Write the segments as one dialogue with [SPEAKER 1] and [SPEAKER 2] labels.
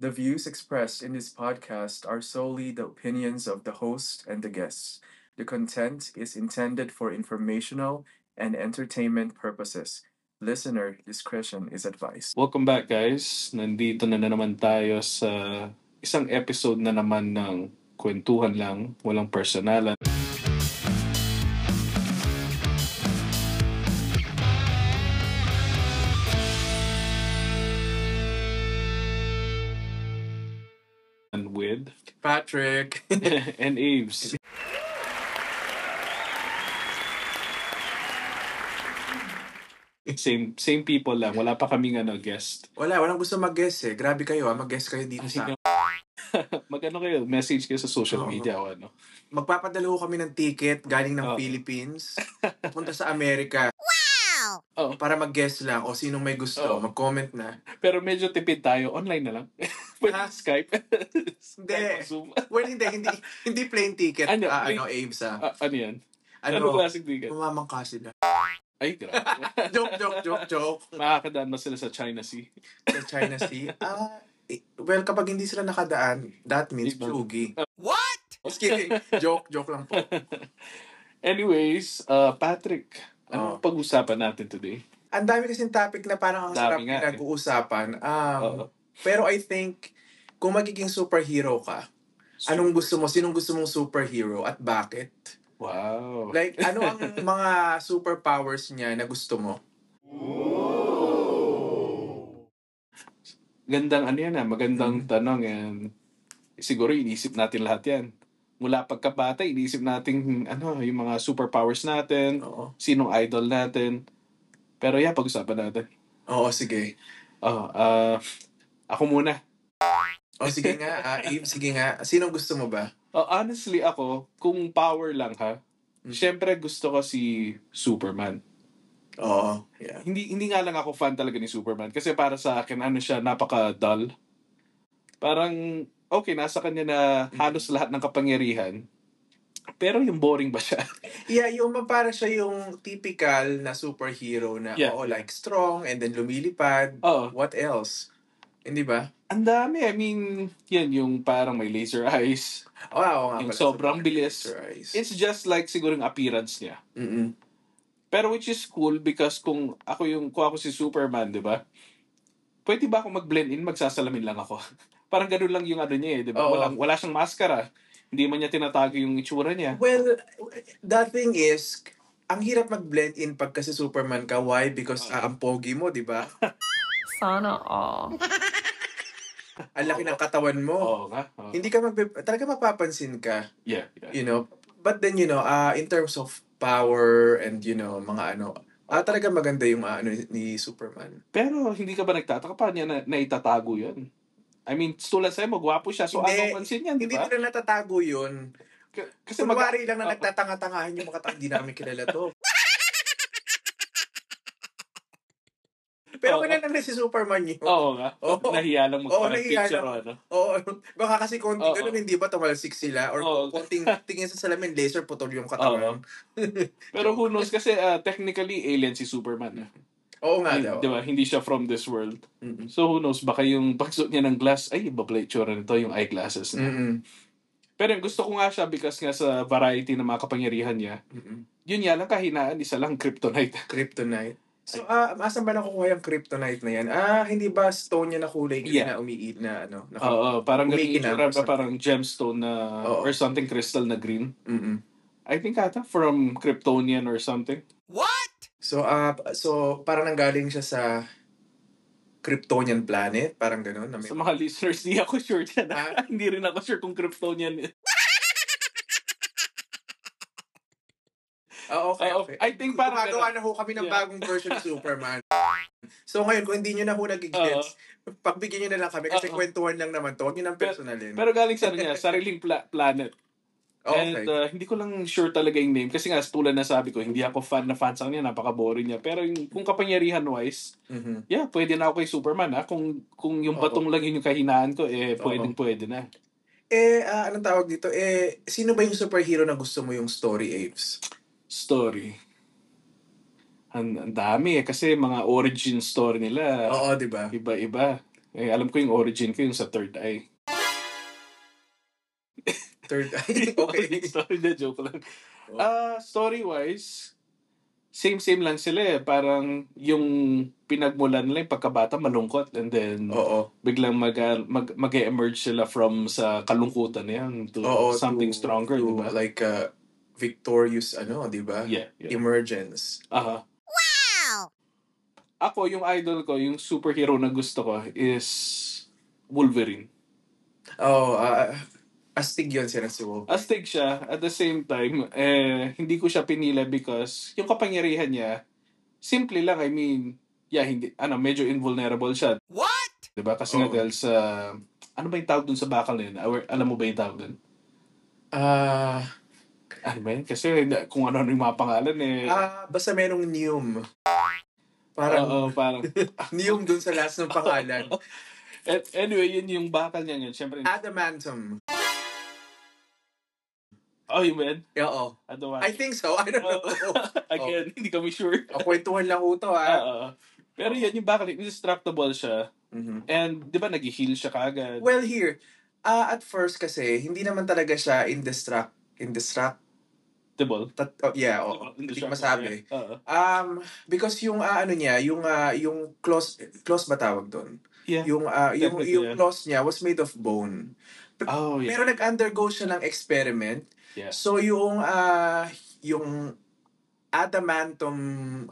[SPEAKER 1] The views expressed in this podcast are solely the opinions of the host and the guests. The content is intended for informational and entertainment purposes. Listener discretion is advised.
[SPEAKER 2] Welcome back guys. Nandito na, na naman tayo sa isang episode na naman ng kwentuhan lang, walang personalan. And with
[SPEAKER 1] Patrick!
[SPEAKER 2] and Aves. Same same people lang. Wala pa kaming ano guest.
[SPEAKER 1] Wala, walang gusto mag-guess eh. Grabe kayo ah, mag-guess kayo dito
[SPEAKER 2] Kasi
[SPEAKER 1] sa...
[SPEAKER 2] magano kayo, message kayo sa social
[SPEAKER 1] Oo.
[SPEAKER 2] media o ano.
[SPEAKER 1] Magpapadalo ko kami ng ticket galing ng
[SPEAKER 2] Oo.
[SPEAKER 1] Philippines, punta sa Amerika,
[SPEAKER 2] Oh,
[SPEAKER 1] para mag-guess lang o sinong may gusto,
[SPEAKER 2] Oo.
[SPEAKER 1] mag-comment na.
[SPEAKER 2] pero medyo tipid tayo. Online na lang. Pwede
[SPEAKER 1] Ha?
[SPEAKER 2] Skype.
[SPEAKER 1] Ah. Hindi.
[SPEAKER 2] Skype o Zoom.
[SPEAKER 1] Well, hindi, hindi, hindi plain ticket,
[SPEAKER 2] Ano,
[SPEAKER 1] ah,
[SPEAKER 2] plain-
[SPEAKER 1] ano, Abe's ah.
[SPEAKER 2] Ah, ano yan? Ano,
[SPEAKER 1] Ano,
[SPEAKER 2] klaseng ticket?
[SPEAKER 1] Mamamangka sila.
[SPEAKER 2] Ay, grabe.
[SPEAKER 1] joke, joke, joke, joke.
[SPEAKER 2] Makakadaan na sila sa China Sea.
[SPEAKER 1] Sa China Sea. Ah, eh, well, kapag hindi sila nakadaan, that means
[SPEAKER 2] Ibang-
[SPEAKER 1] lugi. What? Just kidding. joke, joke lang po.
[SPEAKER 2] Anyways, uh, Patrick, ano
[SPEAKER 1] Oh.
[SPEAKER 2] ang pag-usapan natin today?
[SPEAKER 1] Ang dami kasing topic na parang ang
[SPEAKER 2] Dami
[SPEAKER 1] sarap
[SPEAKER 2] nga eh.
[SPEAKER 1] pinag-uusapan. Um,
[SPEAKER 2] Oo.
[SPEAKER 1] Pero I think, kung magiging superhero ka, anong gusto mo? Sinong gusto mong superhero at bakit?
[SPEAKER 2] Wow.
[SPEAKER 1] Like, ano ang mga superpowers niya na gusto mo?
[SPEAKER 2] Gandang ano yan ah, magandang
[SPEAKER 1] Mm.
[SPEAKER 2] tanong and siguro inisip natin lahat yan. Mula pagkabata, inisip natin ano, yung mga superpowers natin,
[SPEAKER 1] Oo.
[SPEAKER 2] sinong idol natin. Pero yeah, pag-usapan natin.
[SPEAKER 1] Oo, sige.
[SPEAKER 2] Oh, ah, ako muna.
[SPEAKER 1] O, sige nga, ah, Abe, sige nga. Sinong gusto mo ba?
[SPEAKER 2] Oh, honestly ako, kung power lang ha,
[SPEAKER 1] Mm.
[SPEAKER 2] syempre gusto ko si Superman.
[SPEAKER 1] Oo, yeah.
[SPEAKER 2] hindi hindi nga lang ako fan talaga ni Superman kasi para sa akin ano siya napaka-dull. Parang okay nasa kanya na halos lahat ng kapangyarihan. Pero yung boring ba siya?
[SPEAKER 1] Yeah, yung ma- para siya yung typical na superhero na,
[SPEAKER 2] Yeah. Uh-huh.
[SPEAKER 1] oo, like strong and then lumilipad.
[SPEAKER 2] Oo.
[SPEAKER 1] What else? Hindi ba?
[SPEAKER 2] Oh, Ang dami. I mean, yan yung parang may laser eyes.
[SPEAKER 1] Oo, Ah, oo nga
[SPEAKER 2] Yung
[SPEAKER 1] pala.
[SPEAKER 2] sobrang bilis.
[SPEAKER 1] Surprise.
[SPEAKER 2] It's just like siguro yung appearance niya.
[SPEAKER 1] Mm-mm.
[SPEAKER 2] Pero which is cool because kung ako yung kung ako si Superman, 'di ba? Pwede ba ako mag-blend in, magsasalamin lang ako? Parang ganun lang yung ano niya eh, 'di ba?
[SPEAKER 1] Oo.
[SPEAKER 2] Walang wala siyang maskara. Hindi man niya tinatago yung itsura niya.
[SPEAKER 1] Well, the thing is, ang hirap mag-blend in pag kasi Superman ka. Why? Because
[SPEAKER 2] Uh-huh.
[SPEAKER 1] ah, ang pogi mo, di ba?
[SPEAKER 3] Sana all.
[SPEAKER 1] Ang laki
[SPEAKER 2] Uh-huh.
[SPEAKER 1] ng katawan mo.
[SPEAKER 2] Oo nga. oo.
[SPEAKER 1] Hindi ka magbe... Talaga mapapansin ka,
[SPEAKER 2] Yeah, yeah.
[SPEAKER 1] you know? But then, you know, ah in terms of power and, you know, mga ano, ah, talaga maganda yung ah, ano ni- ni Superman.
[SPEAKER 2] Pero hindi ka ba nagtataka pa niya na naitatago yun? I mean, tulad sa'yo, magwapo siya. So,
[SPEAKER 1] Hindi.
[SPEAKER 2] ano pansin niyan, di
[SPEAKER 1] Hindi
[SPEAKER 2] ba?
[SPEAKER 1] nila natatago yun.
[SPEAKER 2] K- Kasi mag...
[SPEAKER 1] Kunwari lang na
[SPEAKER 2] Oo.
[SPEAKER 1] nagtatanga-tangahan yung mga tao, hindi namin kilala to. Pero
[SPEAKER 2] Oo.
[SPEAKER 1] kilala na si Superman yun.
[SPEAKER 2] Oo nga.
[SPEAKER 1] Oo.
[SPEAKER 2] Nahiya
[SPEAKER 1] Oo,
[SPEAKER 2] lang magparang
[SPEAKER 1] nahiya
[SPEAKER 2] picture
[SPEAKER 1] lang.
[SPEAKER 2] o ano.
[SPEAKER 1] Oo. Baka kasi konti
[SPEAKER 2] Oo.
[SPEAKER 1] ganun, hindi ba tumalsik sila? Or
[SPEAKER 2] Oo.
[SPEAKER 1] konting tingin sa salamin, laser putol yung katawan.
[SPEAKER 2] Pero who knows, kasi ah, technically alien si Superman.
[SPEAKER 1] Oo nga
[SPEAKER 2] Hin-
[SPEAKER 1] daw.
[SPEAKER 2] Mm, Di ba? Hindi siya from this world.
[SPEAKER 1] Mm-mm.
[SPEAKER 2] So, who knows, baka yung pagsuot niya ng glass, ay, iba pala itsura nito, yung eyeglasses na.
[SPEAKER 1] Mm-mm.
[SPEAKER 2] Pero yung gusto ko nga siya because nga sa variety ng mga kapangyarihan niya,
[SPEAKER 1] Mm-mm.
[SPEAKER 2] yun nga lang kahinaan, isa lang, kryptonite.
[SPEAKER 1] Kryptonite. So, ah asan ba nakukuha yung kryptonite na yan? Ah, hindi ba stone niya na kulay green na
[SPEAKER 2] Yeah.
[SPEAKER 1] umiit na ano? Naku-
[SPEAKER 2] Oo, parang ganun yung
[SPEAKER 1] Umikinang
[SPEAKER 2] itsura
[SPEAKER 1] or something.
[SPEAKER 2] parang gemstone na
[SPEAKER 1] Oo.
[SPEAKER 2] or something crystal na green.
[SPEAKER 1] Mm-mm.
[SPEAKER 2] I think ata from Kryptonian or something.
[SPEAKER 1] So, ah so parang nanggaling siya sa Kryptonian planet, parang ganun. Na may...
[SPEAKER 2] Sa mga listeners, di ako sure dyan.
[SPEAKER 1] Ah.
[SPEAKER 2] Hindi rin ako sure kung Kryptonian.
[SPEAKER 1] Ah, okay,
[SPEAKER 2] Oo,
[SPEAKER 1] okay.
[SPEAKER 2] oh, I think parang
[SPEAKER 1] Gumagawa
[SPEAKER 2] ganun.
[SPEAKER 1] na ho kami ng
[SPEAKER 2] Yeah.
[SPEAKER 1] bagong version ni Superman. So ngayon, kung hindi nyo na ho nagigets, pagbigyan nyo na lang kami kasi
[SPEAKER 2] Oo.
[SPEAKER 1] kwentuhan lang naman to. Huwag nyo nang
[SPEAKER 2] Uh-huh. Pero-
[SPEAKER 1] personalin.
[SPEAKER 2] Pero galing sa ano niya, sariling pla- planet.
[SPEAKER 1] Oh, okay.
[SPEAKER 2] And uh, hindi ko lang sure talaga yung name. Kasi nga, tulad na sabi ko, hindi ako fan na fan sa kanya. Napaka-boring niya. Pero yung, kung kapangyarihan wise,
[SPEAKER 1] Mhm.
[SPEAKER 2] yeah, pwede na ako kay Superman. Ha? Kung, kung yung
[SPEAKER 1] Oo.
[SPEAKER 2] batong lang yun yung kahinaan ko, eh,
[SPEAKER 1] Oo.
[SPEAKER 2] pwedeng pwede na.
[SPEAKER 1] Eh, ah, anong tawag dito? Eh, sino ba yung superhero na gusto mo yung story, Apes?
[SPEAKER 2] story. Ang, ang dami eh, kasi mga origin story nila,
[SPEAKER 1] Oo, di ba?
[SPEAKER 2] iba-iba. Eh, alam ko yung origin ko yung sa third eye.
[SPEAKER 1] Third eye. Okay.
[SPEAKER 2] Sorry na, joke lang.
[SPEAKER 1] Oh.
[SPEAKER 2] Ah, story-wise, same-same lang sila eh. Parang yung pinagmulan nila yung pagkabata malungkot and then
[SPEAKER 1] Oo.
[SPEAKER 2] biglang mag, mag, mag-emerge sila from sa kalungkutan na yan to
[SPEAKER 1] Oo.
[SPEAKER 2] something
[SPEAKER 1] to-
[SPEAKER 2] stronger,
[SPEAKER 1] to,
[SPEAKER 2] di ba?
[SPEAKER 1] Like, uh, victorious, ano, di ba?
[SPEAKER 2] yeah, yeah.
[SPEAKER 1] Emergence.
[SPEAKER 2] Aha.
[SPEAKER 4] Wow!
[SPEAKER 2] Ako, yung idol ko, yung superhero na gusto ko is Wolverine.
[SPEAKER 1] Oo. ah, astig yun sila si Wolf.
[SPEAKER 2] Astig siya. At the same time, eh, hindi ko siya pinila because yung kapangyarihan niya, simple lang. I mean, yeah, hindi, ano, medyo invulnerable siya.
[SPEAKER 4] What?
[SPEAKER 2] Diba? Kasi
[SPEAKER 1] Oo.
[SPEAKER 2] nga dahil sa, ano ba yung tawag dun sa bakal na yun? Aware- alam mo ba yung tawag dun?
[SPEAKER 1] Ah,
[SPEAKER 2] Ano ba yun? Kasi na- kung ano-ano yung mga pangalan eh.
[SPEAKER 1] ah, basta merong neum. Parang
[SPEAKER 2] Oo, parang.
[SPEAKER 1] neum dun sa last ng pangalan.
[SPEAKER 2] At anyway, yun yung bakal niya ngayon. Siyempre,
[SPEAKER 1] Ah. Adamantum.
[SPEAKER 2] oh, you man.
[SPEAKER 1] Oo.
[SPEAKER 2] Otherwise,
[SPEAKER 1] I think so. I don't know.
[SPEAKER 2] again, hindi kami sure.
[SPEAKER 1] Ang kwentuhan lang ho to, ah.
[SPEAKER 2] Oo. Pero yun yung bakal. Indestructible siya.
[SPEAKER 1] Mhm.
[SPEAKER 2] And, di ba, nag-heal siya kaagad?
[SPEAKER 1] Well, here, ah at first kasi, hindi naman talaga siya indestruct, indestruct,
[SPEAKER 2] Diba?
[SPEAKER 1] tat, oh, yeah, oh, hindi ko masabi. Um, because yung ah, ano niya, yung ah, yung claws, claws ba tawag doon?
[SPEAKER 2] Yeah.
[SPEAKER 1] Yung ah, yung
[SPEAKER 2] Technically,
[SPEAKER 1] yung
[SPEAKER 2] yeah.
[SPEAKER 1] claws niya was made of bone.
[SPEAKER 2] Oh, yeah.
[SPEAKER 1] Pero nag-undergo siya ng experiment.
[SPEAKER 2] Yeah.
[SPEAKER 1] So yung ah, yung adamantum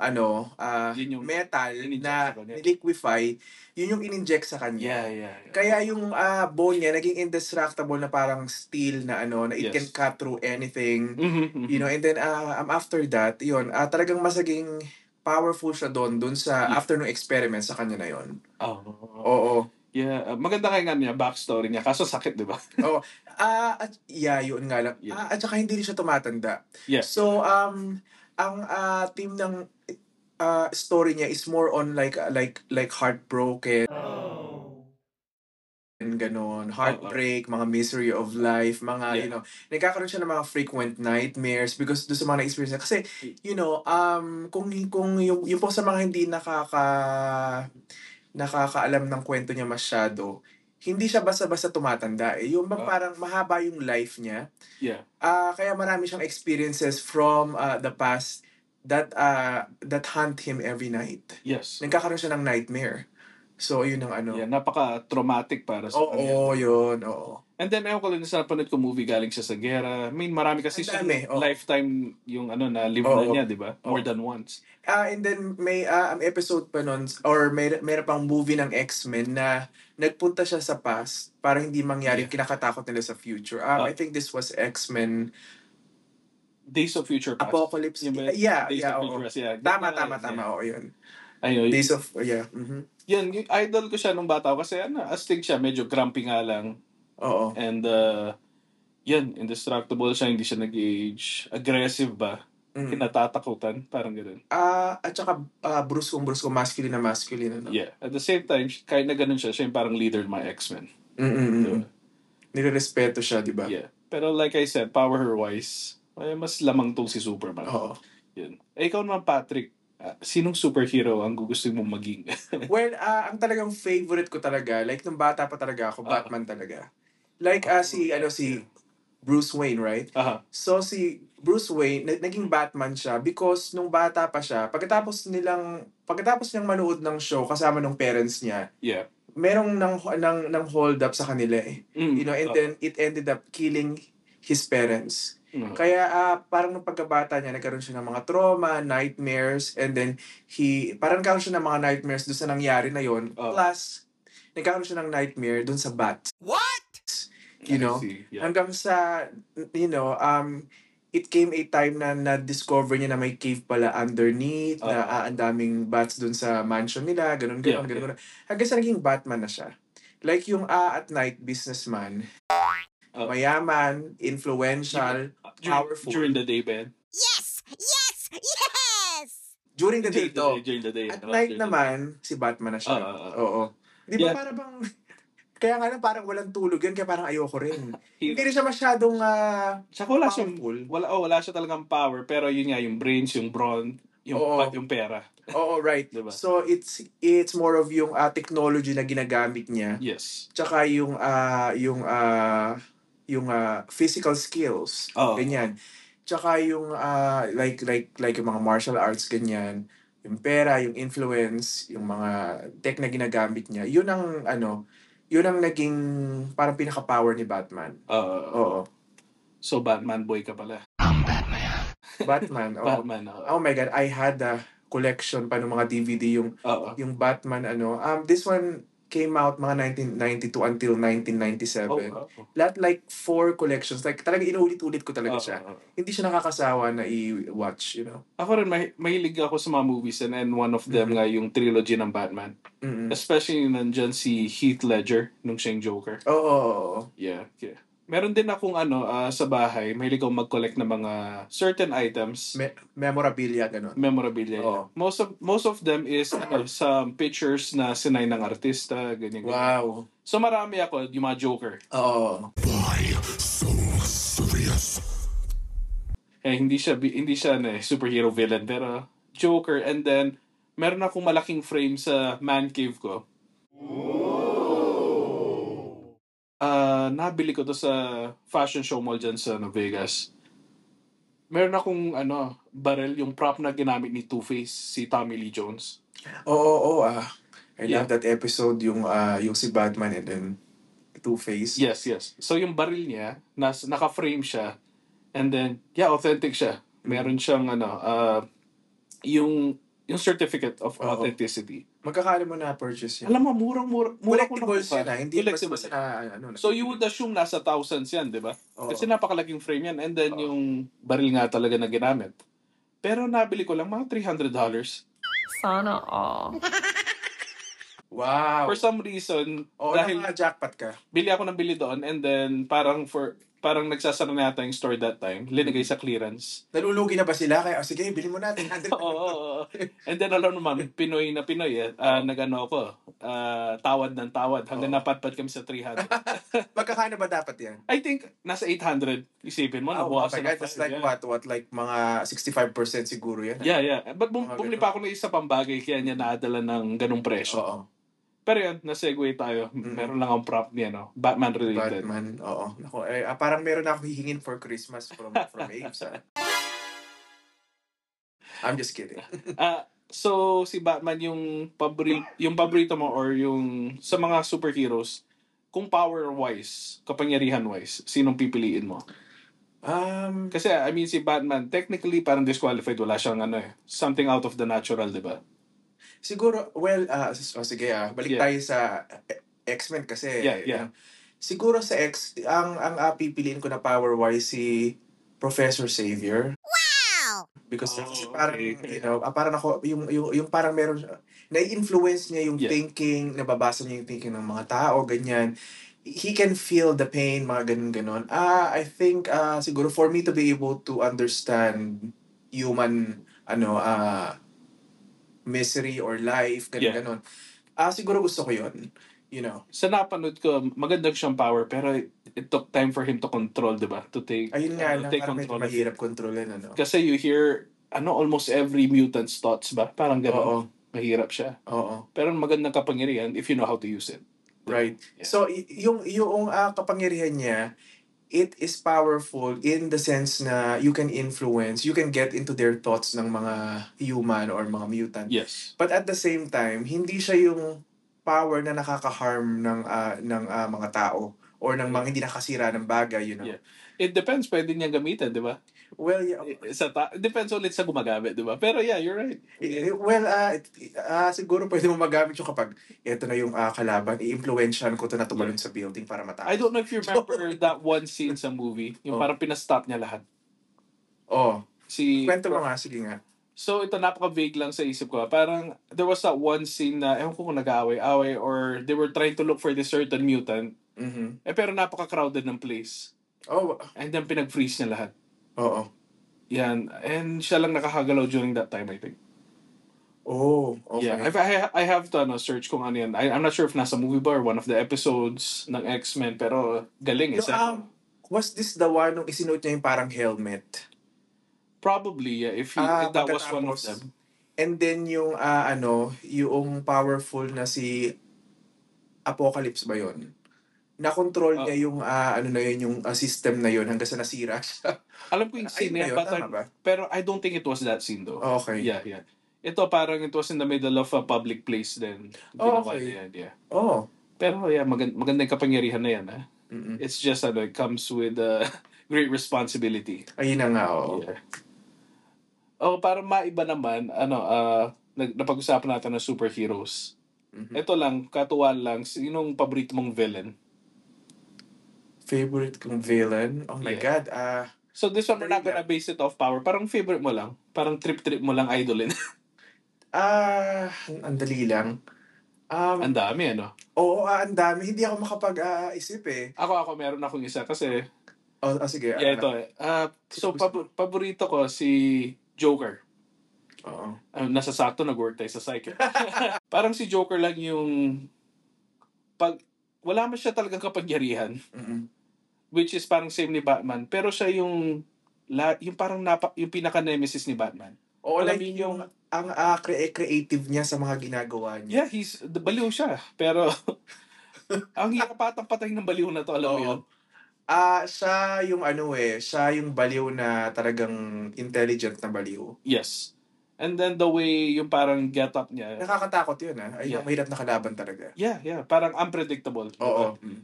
[SPEAKER 1] ano ah,
[SPEAKER 2] Yun yung
[SPEAKER 1] metal
[SPEAKER 2] in-inject
[SPEAKER 1] na
[SPEAKER 2] sa kanya.
[SPEAKER 1] liquefy, yun yung in-inject sa kanya.
[SPEAKER 2] yeah, yeah, yeah.
[SPEAKER 1] Kaya yung ah, bone niya naging indestructible na parang steel na ano, na it
[SPEAKER 2] Yes.
[SPEAKER 1] can cut through anything.
[SPEAKER 2] Mhm, mhm.
[SPEAKER 1] You know, and then ah, um, after that, yun, ah, talagang masaging powerful siya doon doon sa
[SPEAKER 2] Yeah.
[SPEAKER 1] after nung experiment sa kanya na yon.
[SPEAKER 2] Oh.
[SPEAKER 1] Oo.
[SPEAKER 2] Yeah, uh, maganda kaya nga niya, backstory niya. Kaso sakit, di ba?
[SPEAKER 1] Ah, at yeah, yun nga lang.
[SPEAKER 2] Yeah.
[SPEAKER 1] Ah, at saka hindi rin siya tumatanda.
[SPEAKER 2] Yes.
[SPEAKER 1] So um ang ah, team ng ah, story niya is more on like like like heartbroken
[SPEAKER 2] Oh.
[SPEAKER 1] and ganon, heartbreak, mga misery of life, mga, you
[SPEAKER 2] Yeah.
[SPEAKER 1] know, nagkakaroon siya ng mga frequent nightmares because doon sa mga na-experience niya. Kasi, you know, um, kung, kung yung, yung po sa mga hindi nakaka, nakakaalam ng kwento niya masyado, hindi siya basta-basta tumatanda. Eh. Yung bang
[SPEAKER 2] Ah.
[SPEAKER 1] parang mahaba yung life niya.
[SPEAKER 2] Yeah.
[SPEAKER 1] Ah, kaya marami siyang experiences from ah, the past that ah, that haunt him every night.
[SPEAKER 2] Yes.
[SPEAKER 1] Nagkakaroon siya ng nightmare. So, yun ang ano.
[SPEAKER 2] Yeah, napaka-traumatic para sa
[SPEAKER 1] Oo,
[SPEAKER 2] kanya.
[SPEAKER 1] yun, oo.
[SPEAKER 2] And then, ewan ko lang sa napanood ko movie galing siya sa gera. I mean, marami
[SPEAKER 1] Ang
[SPEAKER 2] kasi siya
[SPEAKER 1] dami, oh.
[SPEAKER 2] lifetime yung ano na live
[SPEAKER 1] Oo.
[SPEAKER 2] na niya, di ba? More than once.
[SPEAKER 1] Ah, and then may ah, um, episode pa nun, or may meron pang movie ng X-Men na nagpunta siya sa past para hindi mangyari
[SPEAKER 2] Yeah.
[SPEAKER 1] kinakatakot nila sa future. Um,
[SPEAKER 2] Ah.
[SPEAKER 1] I think this was X-Men
[SPEAKER 2] Days of Future Past.
[SPEAKER 1] Apocalypse.
[SPEAKER 2] Yung ba-
[SPEAKER 1] yeah,
[SPEAKER 2] Days
[SPEAKER 1] yeah,
[SPEAKER 2] of
[SPEAKER 1] oo.
[SPEAKER 2] Future Past, yeah.
[SPEAKER 1] Tama,
[SPEAKER 2] Ganda,
[SPEAKER 1] tama,
[SPEAKER 2] yeah.
[SPEAKER 1] tama. Oo, yun.
[SPEAKER 2] Ayun,
[SPEAKER 1] Days of, yeah. mhm.
[SPEAKER 2] yun, yung idol ko siya nung bata ko kasi ano, astig siya, medyo grumpy nga lang.
[SPEAKER 1] Oo.
[SPEAKER 2] And, uh, yun, indestructible siya, hindi siya nag-age. Aggressive ba?
[SPEAKER 1] Mm.
[SPEAKER 2] Kinatatakutan, parang gano'n.
[SPEAKER 1] Ah, at saka ah, bruskong-bruskong, masculine na masculine. Ano?
[SPEAKER 2] Yeah. At the same time, kahit na ganun siya, siya yung parang leader ng mga X-Men. Diba?
[SPEAKER 1] Mm-mm. Mm, Nirerespeto siya, di ba?
[SPEAKER 2] Yeah. Pero like I said, power-wise, eh, mas lamang tong si Superman.
[SPEAKER 1] Oo.
[SPEAKER 2] Yun. Eh, ikaw naman, Patrick, ah, sinong superhero ang gusto mo maging?
[SPEAKER 1] Well, ah, ang talagang favorite ko talaga, like nung bata pa talaga ako,
[SPEAKER 2] Oo.
[SPEAKER 1] Batman talaga. Like ah, si, ano, si Bruce Wayne, right?
[SPEAKER 2] Aha.
[SPEAKER 1] So si Bruce Wayne, na- naging Batman siya because nung bata pa siya, pagkatapos nilang, pagkatapos niyang manood ng show kasama ng parents niya,
[SPEAKER 2] Yeah.
[SPEAKER 1] merong nang, nang, nang hold up sa kanila eh.
[SPEAKER 2] Mm.
[SPEAKER 1] You know, and
[SPEAKER 2] Ah,
[SPEAKER 1] then it ended up killing his parents.
[SPEAKER 2] mm.
[SPEAKER 1] Kaya ah, parang nung pagkabata niya, nagkaroon siya ng mga trauma, nightmares, and then he, parang nagkaroon siya ng mga nightmares doon sa nangyari na yon.
[SPEAKER 2] Oh.
[SPEAKER 1] Plus, nagkaroon siya ng nightmare doon sa bat.
[SPEAKER 4] What?
[SPEAKER 1] You
[SPEAKER 2] I
[SPEAKER 1] know?
[SPEAKER 2] see. Yeah.
[SPEAKER 1] Hanggang sa, you know, um, it came a time na na-discover niya na may cave pala underneath, na
[SPEAKER 2] Oh.
[SPEAKER 1] ah, ang daming bats doon sa mansion nila, ganun, ganun,
[SPEAKER 2] Yeah,
[SPEAKER 1] ganun, ganun. Hanggang sa naging Batman na siya. Like yung ah, at night businessman,
[SPEAKER 2] Oh.
[SPEAKER 1] mayaman, influential,
[SPEAKER 2] During,
[SPEAKER 1] powerful.
[SPEAKER 2] during the day, Ben.
[SPEAKER 4] Yes! Yes! Yes!
[SPEAKER 1] during the day
[SPEAKER 2] During the
[SPEAKER 1] to.
[SPEAKER 2] day, during the day.
[SPEAKER 1] At
[SPEAKER 2] Oh,
[SPEAKER 1] night
[SPEAKER 2] during the
[SPEAKER 1] naman, si Batman na siya.
[SPEAKER 2] Ah, ah, ah.
[SPEAKER 1] Oo. Di ba
[SPEAKER 2] Yeah.
[SPEAKER 1] para bang... Kaya nga lang parang walang tulog yan, kaya parang ayoko rin.
[SPEAKER 2] day.
[SPEAKER 1] Hindi rin siya masyadong... ah,
[SPEAKER 2] Tsaka wala siyang,
[SPEAKER 1] Powerful.
[SPEAKER 2] wala, oh, wala siya talagang power, pero yun nga, yung brains, yung brawn, yung,
[SPEAKER 1] Oo.
[SPEAKER 2] pa- yung pera.
[SPEAKER 1] Oo, right.
[SPEAKER 2] Diba?
[SPEAKER 1] So, it's it's more of yung ah, technology na ginagamit niya.
[SPEAKER 2] Yes.
[SPEAKER 1] Tsaka yung, ah, yung, ah, yung ah, physical skills.
[SPEAKER 2] Oo.
[SPEAKER 1] Ganyan. Tsaka yung, ah, like, like, like yung mga martial arts, ganyan. Yung pera, yung influence, yung mga tech na ginagamit niya. Yun ang, ano, yun ang naging parang pinaka-power ni Batman.
[SPEAKER 2] Oo.
[SPEAKER 1] Oo.
[SPEAKER 2] Uh, So, Batman boy ka pala.
[SPEAKER 1] Batman. oo.
[SPEAKER 2] Batman, oo.
[SPEAKER 1] Oh my God, I had a collection pa ng mga DVD yung
[SPEAKER 2] Oo.
[SPEAKER 1] yung Batman ano. Um this one came out mga 1992 until 1997.
[SPEAKER 2] Oo, oo, oo.
[SPEAKER 1] Lahat like four collections. Like talaga inuulit-ulit ko talaga
[SPEAKER 2] Oo,
[SPEAKER 1] siya.
[SPEAKER 2] oo.
[SPEAKER 1] Hindi siya nakakasawa na i-watch, you know.
[SPEAKER 2] Ako rin, mahi- mahilig ako sa mga movies and, and one of them
[SPEAKER 1] Mhm.
[SPEAKER 2] nga yung trilogy ng Batman.
[SPEAKER 1] Mm.
[SPEAKER 2] Especially yung nandyan si Heath Ledger nung siyang Joker.
[SPEAKER 1] Oo. oo, oo.
[SPEAKER 2] Yeah. yeah. Meron din akong ano ah, sa bahay, mahilig akong mag-collect ng mga certain items,
[SPEAKER 1] Me- memorabilia ganun.
[SPEAKER 2] memorabilia.
[SPEAKER 1] Oo.
[SPEAKER 2] Most of most of them is ano, some pictures na sinay ng artista, ganyan ganyan.
[SPEAKER 1] Wow.
[SPEAKER 2] So marami ako yung mga Joker.
[SPEAKER 1] Oo.
[SPEAKER 2] Eh hindi siya bi- hindi siya ano, eh, superhero villain pero Joker and then meron akong malaking frame sa man cave ko. Ah, nabili ko to sa fashion show mall dyan sa ano, Vegas. Meron akong ano, barrel yung prop na ginamit ni Two-Face, si Tommy Lee Jones.
[SPEAKER 1] Oo, oo, oo, ah. I
[SPEAKER 2] Yeah.
[SPEAKER 1] love that episode yung ah yung si Batman and then Two-Face.
[SPEAKER 2] Yes, yes. So yung baril niya, nas, naka-frame siya. And then, yeah, authentic siya.
[SPEAKER 1] Mm.
[SPEAKER 2] Meron siyang ano, ah, yung yung certificate of
[SPEAKER 1] Oo.
[SPEAKER 2] authenticity.
[SPEAKER 1] Magkakala mo na purchase yun.
[SPEAKER 2] Alam mo, murang-mura. Mura ko
[SPEAKER 1] Collectibles
[SPEAKER 2] nakuha.
[SPEAKER 1] yun ah. Hindi basta
[SPEAKER 2] Collectibles.
[SPEAKER 1] basta na ano. na-
[SPEAKER 2] So you would assume nasa thousands yan, di ba?
[SPEAKER 1] Oo.
[SPEAKER 2] Kasi napakalaking frame yan. And then
[SPEAKER 1] Oo.
[SPEAKER 2] yung baril nga talaga na ginamit. Pero nabili ko lang mga $300.
[SPEAKER 3] Sana all.
[SPEAKER 1] Wow.
[SPEAKER 2] For some reason,
[SPEAKER 1] Oo,
[SPEAKER 2] dahil
[SPEAKER 1] nakaka-jackpot ka.
[SPEAKER 2] bili ako ng bili doon and then parang for parang nagsasara na yata yung store that time. Linagay
[SPEAKER 1] Mm.
[SPEAKER 2] sa clearance.
[SPEAKER 1] Nalulugi na ba sila? Kaya, oh, sige, bilhin mo natin.
[SPEAKER 2] Oo, oo, oo. And then alam naman, Pinoy na Pinoy eh. Ah, nag-ano ako, ah, tawad ng tawad. Hanggang
[SPEAKER 1] Oo.
[SPEAKER 2] napatpat kami sa 300.
[SPEAKER 1] Magkakano ba dapat yan?
[SPEAKER 2] I think nasa 800. Isipin mo,
[SPEAKER 1] Oh, my
[SPEAKER 2] nabuhasan ng
[SPEAKER 1] God, that's
[SPEAKER 2] five,
[SPEAKER 1] like
[SPEAKER 2] yeah.
[SPEAKER 1] what, what, like mga 65% siguro yan.
[SPEAKER 2] Yeah, yeah. But bum-
[SPEAKER 1] Mga
[SPEAKER 2] bumili
[SPEAKER 1] ganun.
[SPEAKER 2] pa ako ng isa pang bagay kaya niya naadala ng ganung presyo.
[SPEAKER 1] Oo. Mm-hmm.
[SPEAKER 2] Pero yun, nasegue tayo. Meron lang akong prop niya, no? Batman related.
[SPEAKER 1] Batman, oo. Ako, eh, ah, parang meron ako hihingin for Christmas from from Ames. ah. I'm just kidding.
[SPEAKER 2] Ah, so, si Batman yung paborito, yung paborito mo or yung sa mga superheroes, kung power-wise, kapangyarihan-wise, sinong pipiliin mo?
[SPEAKER 1] Um,
[SPEAKER 2] Kasi, I mean, si Batman, technically, parang disqualified. Wala siyang ano eh. Something out of the natural, di ba?
[SPEAKER 1] siguro, well, ah s- oh, sige, ah, balik
[SPEAKER 2] Yeah.
[SPEAKER 1] tayo sa eh, X-Men kasi.
[SPEAKER 2] Yeah, yeah.
[SPEAKER 1] ah, siguro sa X, ang, ang ah, pipiliin ko na power-wise si Professor Xavier.
[SPEAKER 4] Wow!
[SPEAKER 1] Because
[SPEAKER 2] Oh,
[SPEAKER 1] kasi parang,
[SPEAKER 2] okay.
[SPEAKER 1] you know, ah, parang ako, yung, yung, yung parang meron, siya- nai-influence niya yung
[SPEAKER 2] Yeah.
[SPEAKER 1] thinking, nababasa niya yung thinking ng mga tao, ganyan. He can feel the pain, mga ganun-ganun. Ah, I think, ah, siguro for me to be able to understand human, ano, ah, misery or life,
[SPEAKER 2] Yeah.
[SPEAKER 1] ganun-ganun. Ah, siguro gusto ko yun. You know,
[SPEAKER 2] Sa napanood ko, maganda siyang power, pero it, it took time for him to control, di ba? To take,
[SPEAKER 1] ayun nga
[SPEAKER 2] uh,
[SPEAKER 1] lang,
[SPEAKER 2] take
[SPEAKER 1] parang medyo
[SPEAKER 2] control. of-
[SPEAKER 1] mahirap kontrolin, ano.
[SPEAKER 2] Kasi you hear, ano, almost every mutant's thoughts ba? Parang gano'n.
[SPEAKER 1] Oo,
[SPEAKER 2] Mahirap siya.
[SPEAKER 1] oo.
[SPEAKER 2] Pero ang magandang kapangyarihan if you know how to use it.
[SPEAKER 1] Right.
[SPEAKER 2] Yeah.
[SPEAKER 1] So, y- yung, yung ah, kapangyarihan niya, it is powerful in the sense na you can influence, you can get into their thoughts ng mga human or mga mutant.
[SPEAKER 2] Yes.
[SPEAKER 1] But at the same time, hindi siya yung power na nakaka-harm ng, ah, ng ah, mga tao or ng mga hindi nakasira ng bagay, you know.
[SPEAKER 2] Yeah. It depends. Pwede niya gamitin, di ba?
[SPEAKER 1] Well, yeah,
[SPEAKER 2] Sa ta- depends ulit sa gumagamit, di ba? Pero yeah, you're right.
[SPEAKER 1] Eh, Well, ah, it- ah, siguro pwede mo magamit yung kapag ito na yung ah, kalaban, i-influensyahan ko to na tumalon sa building para matapos.
[SPEAKER 2] I don't know if you remember that one scene sa movie, yung
[SPEAKER 1] Oh.
[SPEAKER 2] parang pinastop niya lahat.
[SPEAKER 1] Oh,
[SPEAKER 2] Si
[SPEAKER 1] kwento mo nga, sige nga.
[SPEAKER 2] So ito napaka-vague lang sa isip ko. ah. Parang there was that one scene na ewan ko kung nag-aaway-away or they were trying to look for this certain mutant.
[SPEAKER 1] Mhm.
[SPEAKER 2] Eh pero napaka-crowded ng place.
[SPEAKER 1] Oh,
[SPEAKER 2] And then pinag-freeze niya lahat.
[SPEAKER 1] oo.
[SPEAKER 2] Yan. And siya lang nakakagalaw during that time, I think.
[SPEAKER 1] Oh, okay.
[SPEAKER 2] Yeah. I've, I, I have to ano, search kung ano yan. I, I'm not sure if nasa movie ba or one of the episodes ng X-Men. Pero galing eh.
[SPEAKER 1] No,
[SPEAKER 2] Sa-
[SPEAKER 1] um, was this the one nung isinuot niya yung parang helmet?
[SPEAKER 2] probably, yeah, if, he,
[SPEAKER 1] Ah,
[SPEAKER 2] if that was one of
[SPEAKER 1] pagkatapos-
[SPEAKER 2] them.
[SPEAKER 1] And then yung ah, ano, yung powerful na si Apocalypse ba yun? Na-control
[SPEAKER 2] Oh.
[SPEAKER 1] niya yung ah, ano na yun, yung ah, system na yun hanggang sa nasira siya.
[SPEAKER 2] Alam ko yung
[SPEAKER 1] Ayun
[SPEAKER 2] scene
[SPEAKER 1] ba
[SPEAKER 2] na yun,
[SPEAKER 1] yun?
[SPEAKER 2] but
[SPEAKER 1] Tama
[SPEAKER 2] I-
[SPEAKER 1] ba? Oh,
[SPEAKER 2] pero I don't think it was that scene though.
[SPEAKER 1] Okay.
[SPEAKER 2] Yeah, yeah. Ito parang it was in the middle of a public place then.
[SPEAKER 1] Oh,
[SPEAKER 2] Ginawa
[SPEAKER 1] okay.
[SPEAKER 2] niya yan, yeah.
[SPEAKER 1] Oh.
[SPEAKER 2] Pero yeah, magand- magandang kapangyarihan na yan. ah.
[SPEAKER 1] Mm-mm.
[SPEAKER 2] It's just that it comes with uh, great responsibility.
[SPEAKER 1] Ayun na nga, oh.
[SPEAKER 2] Yeah. Oh, para maiba naman, ano, ah, nag- napag-usapan natin ng superheroes.
[SPEAKER 1] Mhm.
[SPEAKER 2] Ito lang, katuwa lang, sinong paborito mong villain?
[SPEAKER 1] Favorite kong villain? Oh my
[SPEAKER 2] Yeah.
[SPEAKER 1] God, ah,
[SPEAKER 2] So this one, we're not
[SPEAKER 1] Sarina.
[SPEAKER 2] gonna base it off power. Parang favorite mo lang. Parang trip-trip mo lang idolin.
[SPEAKER 1] Ah, ang dali lang. Um,
[SPEAKER 2] Ang dami, ano?
[SPEAKER 1] oo, ah, ang dami. Hindi ako makapag-isip eh.
[SPEAKER 2] Ako, ako, meron akong isa kasi,
[SPEAKER 1] Oh, ah, sige. ah,
[SPEAKER 2] yeah, ito. eh. Ah, so, pab- paborito ko si Joker.
[SPEAKER 1] Oo.
[SPEAKER 2] Ah, nasa sakto, nag-work tayo sa psyche. Parang si Joker lang yung... Pag, wala man siya talagang kapangyarihan,
[SPEAKER 1] Mm-mm.
[SPEAKER 2] which is parang same ni Batman, pero siya yung la, yung parang napa, yung pinaka-nemesis ni Batman.
[SPEAKER 1] Oo,
[SPEAKER 2] Alam
[SPEAKER 1] like
[SPEAKER 2] yun
[SPEAKER 1] yung,
[SPEAKER 2] yung-
[SPEAKER 1] ang ah, cre- creative niya sa mga ginagawa niya.
[SPEAKER 2] Yeah, he's, the baliw siya, pero ang hirap atang patayin ng baliw na to, alam mo
[SPEAKER 1] Oo.
[SPEAKER 2] yun?
[SPEAKER 1] Ah, siya yung ano eh, siya yung baliw na talagang intelligent na baliw.
[SPEAKER 2] Yes. And then the way yung parang get-up niya,
[SPEAKER 1] Nakakatakot yun ah. Ay,
[SPEAKER 2] Yeah.
[SPEAKER 1] mahirap na kalaban talaga.
[SPEAKER 2] Yeah, yeah. Parang unpredictable. di ba?
[SPEAKER 1] Oo. Mm.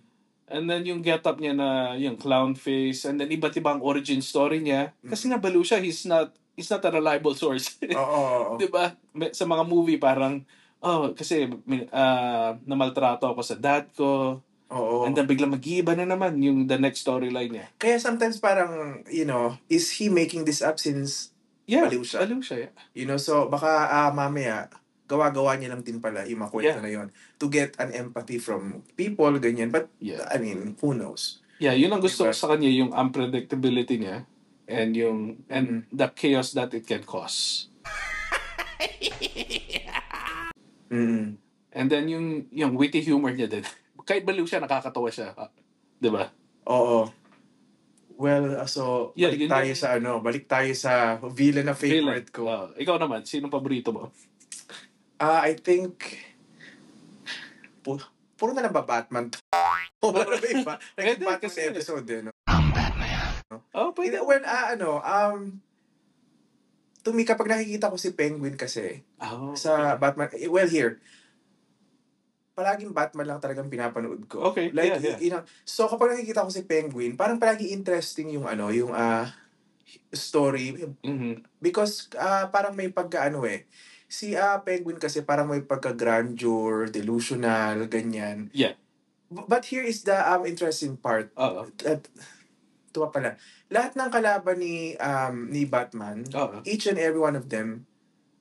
[SPEAKER 2] And then yung get-up niya na yung clown face and then iba't ibang origin story niya.
[SPEAKER 1] Mm.
[SPEAKER 2] Kasi nabalo siya, he's not, he's not a reliable source.
[SPEAKER 1] Oo, oo, oo.
[SPEAKER 2] di ba? May- Sa mga movie parang, oh, kasi min- ah, namaltrato ako sa dad ko.
[SPEAKER 1] Oo.
[SPEAKER 2] And then biglang mag-iiba na naman yung the next storyline niya.
[SPEAKER 1] Kaya sometimes parang, you know, is he making this up since,
[SPEAKER 2] Yeah,
[SPEAKER 1] Baliw siya.
[SPEAKER 2] Baliw siya, yeah.
[SPEAKER 1] you know, so baka ah, mamaya, gawa-gawa niya lang din pala yung mga kwento
[SPEAKER 2] Yeah.
[SPEAKER 1] na yun to get an empathy from people, ganyan. But,
[SPEAKER 2] Yeah.
[SPEAKER 1] I mean, who knows?
[SPEAKER 2] Yeah, yun ang gusto
[SPEAKER 1] Diba?
[SPEAKER 2] ko sa kanya, yung unpredictability niya and yung
[SPEAKER 1] Mm.
[SPEAKER 2] and the chaos that it can cause.
[SPEAKER 1] Mm-mm.
[SPEAKER 2] And then yung yung witty humor niya din. Kahit baliw siya, nakakatawa siya. Ah, 'Di ba?
[SPEAKER 1] Oo. Well, ah, so,
[SPEAKER 2] Yeah,
[SPEAKER 1] balik
[SPEAKER 2] yun
[SPEAKER 1] tayo
[SPEAKER 2] yung-
[SPEAKER 1] sa ano, balik tayo sa villain na favorite ko.
[SPEAKER 2] Villain. Ah, ikaw naman, sino paborito mo?
[SPEAKER 1] Ah, I think... Pu- puro na lang ba Batman? O wala na ba iba?
[SPEAKER 2] Eh,
[SPEAKER 1] Like,
[SPEAKER 2] di,
[SPEAKER 1] Batman
[SPEAKER 2] kasi-
[SPEAKER 1] episode eh, no?
[SPEAKER 2] Oh,
[SPEAKER 1] Pwede,
[SPEAKER 2] pwede.
[SPEAKER 1] well, ah, ano, um... To me, kapag nakikita ko si Penguin kasi
[SPEAKER 2] Oh,
[SPEAKER 1] sa Batman... eh, Well, here. Palaging Batman lang talagang pinapanood ko.
[SPEAKER 2] Okay,
[SPEAKER 1] Like,
[SPEAKER 2] yeah, yeah.
[SPEAKER 1] you know, so kapag nakikita ko si Penguin, parang palagi interesting yung ano, yung ah story
[SPEAKER 2] mhm.
[SPEAKER 1] Because ah, parang may pagkaano eh. Si ah, Penguin kasi parang may pagka-grandeur, delusional, ganyan.
[SPEAKER 2] Yeah.
[SPEAKER 1] B- But here is the um, interesting part.
[SPEAKER 2] Oo.
[SPEAKER 1] At, tuwa pala. Lahat ng kalaban ni, um, ni Batman,
[SPEAKER 2] Oo.
[SPEAKER 1] each and every one of them,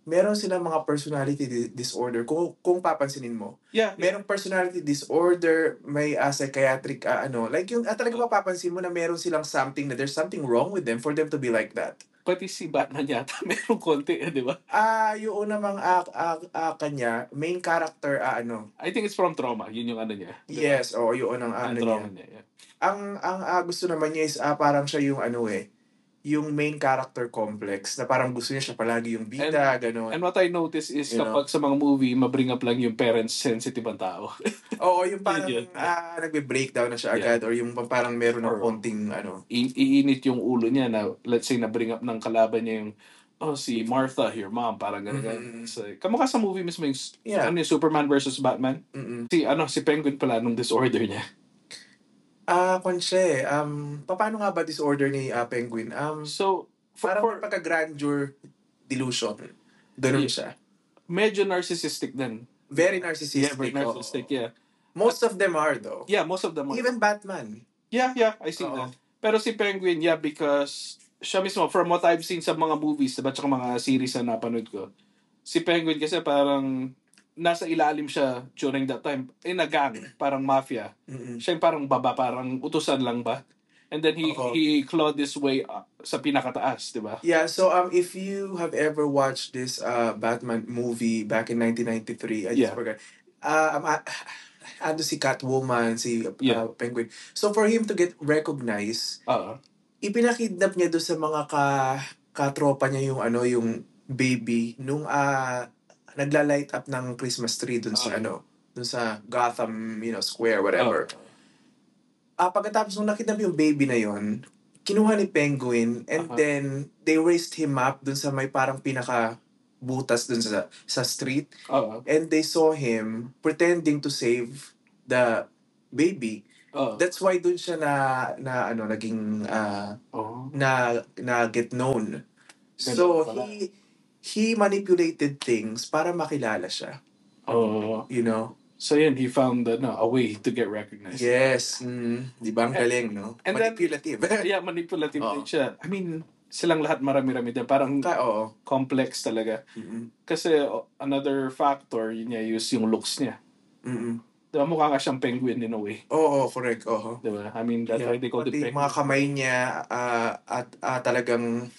[SPEAKER 1] meron silang mga personality di- disorder. Kung, kung papansinin mo,
[SPEAKER 2] Yeah. yeah.
[SPEAKER 1] merong personality disorder, may uh, psychiatric ah, ano. Like yung ah, talaga mapapansin mo na meron silang something na there's something wrong with them for them to be like that.
[SPEAKER 2] Pati si Batman yata, merong konti, eh, 'di ba?
[SPEAKER 1] Ah, yung unang mga ah, ah, ah, kanya, main character ah, ano.
[SPEAKER 2] I think it's from trauma. Yun yung ano niya. Di ba?
[SPEAKER 1] Yes, oo, yung unang ah,
[SPEAKER 2] Yung
[SPEAKER 1] ano niya.
[SPEAKER 2] trauma niya. yeah.
[SPEAKER 1] Ang ang ah, gusto naman niya is ah, parang siya yung ano eh, yung main character complex na parang gusto niya siya palagi yung bida, gano'n.
[SPEAKER 2] And what I notice is
[SPEAKER 1] You
[SPEAKER 2] kapag sa mga movie, mabring up lang yung parents sensitive ang tao.
[SPEAKER 1] Oo, yung parang
[SPEAKER 2] Yun, yun.
[SPEAKER 1] ah, nagbe-breakdown na siya
[SPEAKER 2] Yeah.
[SPEAKER 1] agad or yung parang meron ng
[SPEAKER 2] Or-
[SPEAKER 1] konting ano.
[SPEAKER 2] I- iinit yung ulo niya na let's say na-bring up ng kalaban niya yung oh si Martha here mom parang
[SPEAKER 1] Mhm.
[SPEAKER 2] ganun ganun. So, kamukha sa movie mismo yung s-
[SPEAKER 1] Yeah.
[SPEAKER 2] ano yung Superman versus Batman
[SPEAKER 1] Mm-mm.
[SPEAKER 2] si ano si Penguin pala nung disorder niya
[SPEAKER 1] Ah, konse, um, paano nga ba disorder ni ah, Penguin? Um,
[SPEAKER 2] so for,
[SPEAKER 1] parang
[SPEAKER 2] for-
[SPEAKER 1] pagka-grandeur delusion. Ganun siya.
[SPEAKER 2] medyo narcissistic din
[SPEAKER 1] Very narcissistic.
[SPEAKER 2] yeah
[SPEAKER 1] oo.
[SPEAKER 2] very narcissistic yeah
[SPEAKER 1] Most of them are though.
[SPEAKER 2] yeah most of them are.
[SPEAKER 1] Even Batman.
[SPEAKER 2] yeah yeah I see
[SPEAKER 1] Oo.
[SPEAKER 2] that pero si Penguin yeah because siya mismo from what I've seen sa mga movies diba tsaka mga series na napanood ko si Penguin kasi parang nasa ilalim siya during that time in a gang parang mafia
[SPEAKER 1] Mm-mm.
[SPEAKER 2] siya yung parang baba, parang utusan lang ba? And then he
[SPEAKER 1] Oo.
[SPEAKER 2] he clawed his way up sa pinakataas, diba? di ba?
[SPEAKER 1] Yeah, so um if you have ever watched this uh Batman movie back in 1993, I just
[SPEAKER 2] Yeah.
[SPEAKER 1] forgot. Uh, um, a- ano si Catwoman, si uh,
[SPEAKER 2] Yeah.
[SPEAKER 1] Penguin. So for him to get recognized,
[SPEAKER 2] Oo.
[SPEAKER 1] ipinakidnap niya doon sa mga ka katropa niya yung ano yung baby nung ah nagla-light up ng Christmas tree dun sa
[SPEAKER 2] Okay.
[SPEAKER 1] ano, dun sa Gotham, you know, square, whatever. Ah, pagkatapos nung nakita mo yung baby na yon, kinuha ni Penguin and
[SPEAKER 2] Aha.
[SPEAKER 1] then they raised him up dun sa may parang pinaka butas dun sa sa street
[SPEAKER 2] Oo.
[SPEAKER 1] and they saw him pretending to save the baby.
[SPEAKER 2] Oo.
[SPEAKER 1] That's why dun siya na na ano naging ah,
[SPEAKER 2] Oo.
[SPEAKER 1] na na get known.
[SPEAKER 2] Ganun
[SPEAKER 1] So
[SPEAKER 2] pala.
[SPEAKER 1] he he manipulated things para makilala siya,
[SPEAKER 2] Oo.
[SPEAKER 1] you know.
[SPEAKER 2] So yun, he found ano, a way to get recognized.
[SPEAKER 1] Yes, mm, 'di ba ang galing, no?
[SPEAKER 2] and then-
[SPEAKER 1] Manipulative.
[SPEAKER 2] Yeah, manipulative
[SPEAKER 1] Oo.
[SPEAKER 2] din siya. I mean, silang lahat marami-rami din. Parang
[SPEAKER 1] Ka- Oo.
[SPEAKER 2] complex talaga.
[SPEAKER 1] Mm-mm.
[SPEAKER 2] Kasi oh, another factor, yun niya, is yung looks niya.
[SPEAKER 1] Mm-mm.
[SPEAKER 2] Diba, mukha ka siyang penguin in a way.
[SPEAKER 1] Oo, correct. Oo.
[SPEAKER 2] Diba? I mean, that's
[SPEAKER 1] Yeah.
[SPEAKER 2] why they call it
[SPEAKER 1] Pati
[SPEAKER 2] penguin.
[SPEAKER 1] mga kamay niya ah, at ah, talagang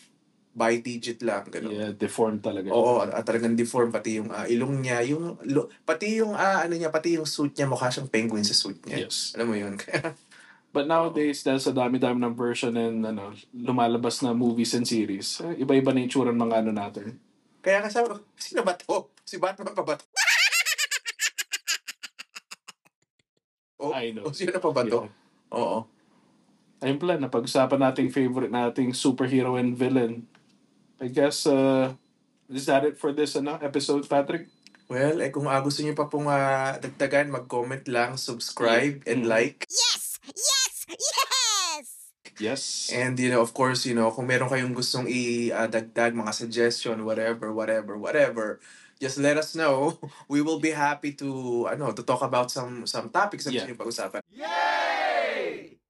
[SPEAKER 1] by digit lang ganun.
[SPEAKER 2] Yeah, deformed talaga.
[SPEAKER 1] Oo, at talagang deform pati yung ah, ilong niya, yung lo- pati yung ah, ano niya, pati yung suit niya mukha siyang penguin sa suit niya.
[SPEAKER 2] Yes.
[SPEAKER 1] Alam mo yun.
[SPEAKER 2] But nowadays, dahil sa dami-dami ng version and ano, lumalabas na movies and series, eh, iba-iba na yung tsura ng mga ano natin.
[SPEAKER 1] Kaya kasi sino ba to? Si Batman pa ba to? Oh,
[SPEAKER 2] I know.
[SPEAKER 1] oh, sino pa ba to?
[SPEAKER 2] Yeah.
[SPEAKER 1] Oo.
[SPEAKER 2] Ayun pala, napag-usapan nating favorite nating superhero and villain. I guess, uh, is that it for this ano, episode, Patrick?
[SPEAKER 1] Well, eh kung ah, gusto niyo pa pong ah, dagdagan, mag-comment lang, subscribe, and
[SPEAKER 2] Mm.
[SPEAKER 1] like.
[SPEAKER 4] Yes! Yes! Yes!
[SPEAKER 2] Yes.
[SPEAKER 1] And you know, of course, you know, kung meron kayong gustong i-dagdag, mga suggestion, whatever, whatever, whatever, just let us know. We will be happy to, ano, to talk about some some topics na gusto
[SPEAKER 2] Yeah.
[SPEAKER 1] niyong pag-usapan. Yay!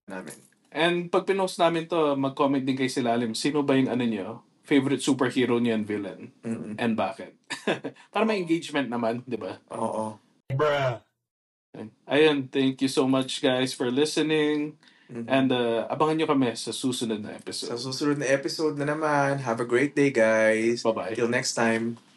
[SPEAKER 1] Namin.
[SPEAKER 2] And pag pinost namin to, mag-comment din kay Silalim, sino ba yung ano nyo, favorite superhero nyo and villain?
[SPEAKER 1] Mm-mm.
[SPEAKER 2] And bakit? Para may engagement naman, di ba?
[SPEAKER 1] Oo.
[SPEAKER 2] Ayun, thank you so much guys for listening.
[SPEAKER 1] Mhm.
[SPEAKER 2] And uh, abangan nyo kami sa susunod
[SPEAKER 1] Sa
[SPEAKER 2] na episode.
[SPEAKER 1] susunod na episode na naman, have a great day, guys.
[SPEAKER 2] Bye-bye.
[SPEAKER 1] Till next time.